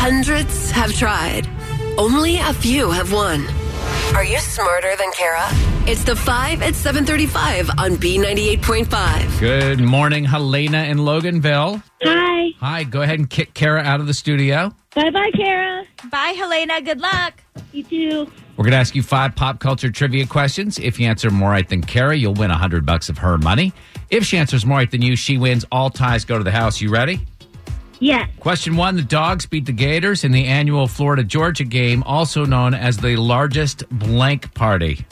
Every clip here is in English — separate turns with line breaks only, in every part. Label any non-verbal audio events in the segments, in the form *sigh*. Hundreds have tried. Only a few have won. Are you smarter than Kara? It's the 5 at 735 on B98.5.
Good morning, Helena in Loganville.
Hi.
Hi, go ahead and kick Kara out of the studio.
Bye bye, Kara.
Bye, Helena. Good luck.
You too.
We're going to ask you five pop culture trivia questions. If you answer more right than Kara, you'll win 100 bucks of her money. If she answers more right than you, she wins. All ties go to the house. You ready?
Yes.
Question one The dogs beat the Gators in the annual Florida Georgia game, also known as the largest blank party.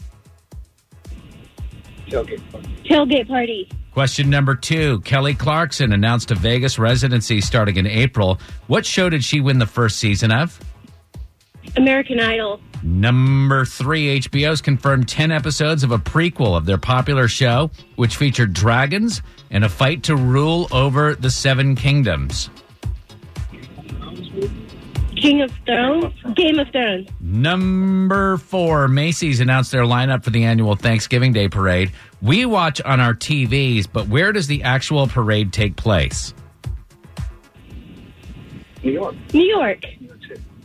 Tailgate party.
Question number two Kelly Clarkson announced a Vegas residency starting in April. What show did she win the first season of?
American Idol.
Number three, HBO's confirmed 10 episodes of a prequel of their popular show, which featured dragons and a fight to rule over the Seven Kingdoms.
King of Thrones. Game of Thrones.
Number four, Macy's announced their lineup for the annual Thanksgiving Day parade. We watch on our TVs, but where does the actual parade take place?
New York.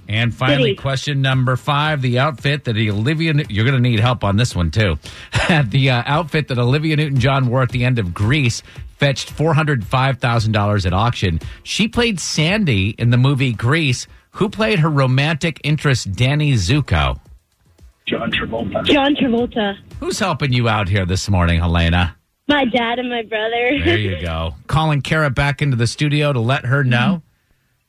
And finally,
City.
question number five: the outfit that Olivia. You're going to need help on this one too. *laughs* the uh, outfit that Olivia Newton-John wore at the end of Grease fetched four hundred five thousand dollars at auction. She played Sandy in the movie Grease. Who played her romantic interest, Danny Zuko?
John Travolta.
John Travolta.
Who's helping you out here this morning, Helena?
My dad and my brother.
There you go. Calling Kara back into the studio to let her know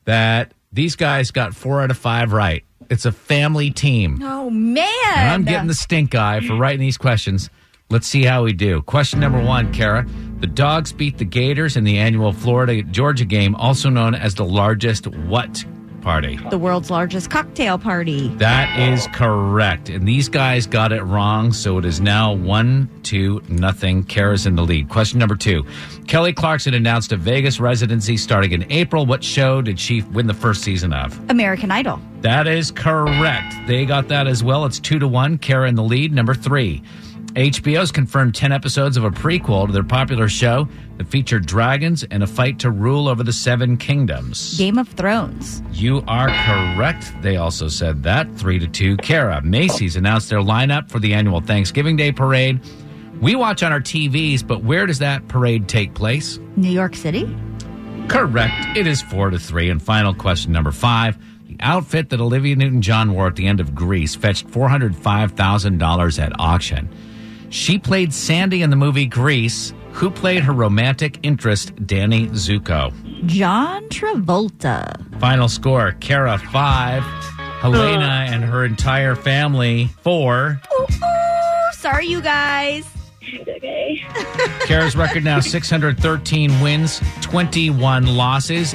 that these guys got four out of five right. It's a family team.
Oh, man.
And I'm
uh,
getting the stink eye for writing these questions. Let's see how we do. Question number one, Kara. The dogs beat the Gators in the annual Florida Georgia game, also known as the largest what party?
the world's largest cocktail party.
That is correct. And these guys got it wrong, so it is now one, two, nothing. Kara's in the lead. Question number two. Kelly Clarkson announced a Vegas residency starting in April. What show did she win the first season of?
American Idol.
That is correct. They got that as well. It's two to one. Kara in the lead. Number three. HBO's confirmed 10 episodes of a prequel to their popular show that featured dragons and a fight to rule over the Seven Kingdoms.
Game of Thrones.
You are correct. They also said that. Three to two. Kara, Macy's announced their lineup for the annual Thanksgiving Day parade. We watch on our TVs, but where does that parade take place?
New York City.
Correct. It is four to three. And final question number five. The outfit that Olivia Newton John wore at the end of Grease fetched $405,000 at auction. She played Sandy in the movie Grease. Who played her romantic interest, Danny Zuko?
John Travolta.
Final score Kara 5, Helena and her entire family 4.
Ooh, ooh, sorry, you guys.
*laughs* It's okay.
Kara's record now 613 wins, 21 losses.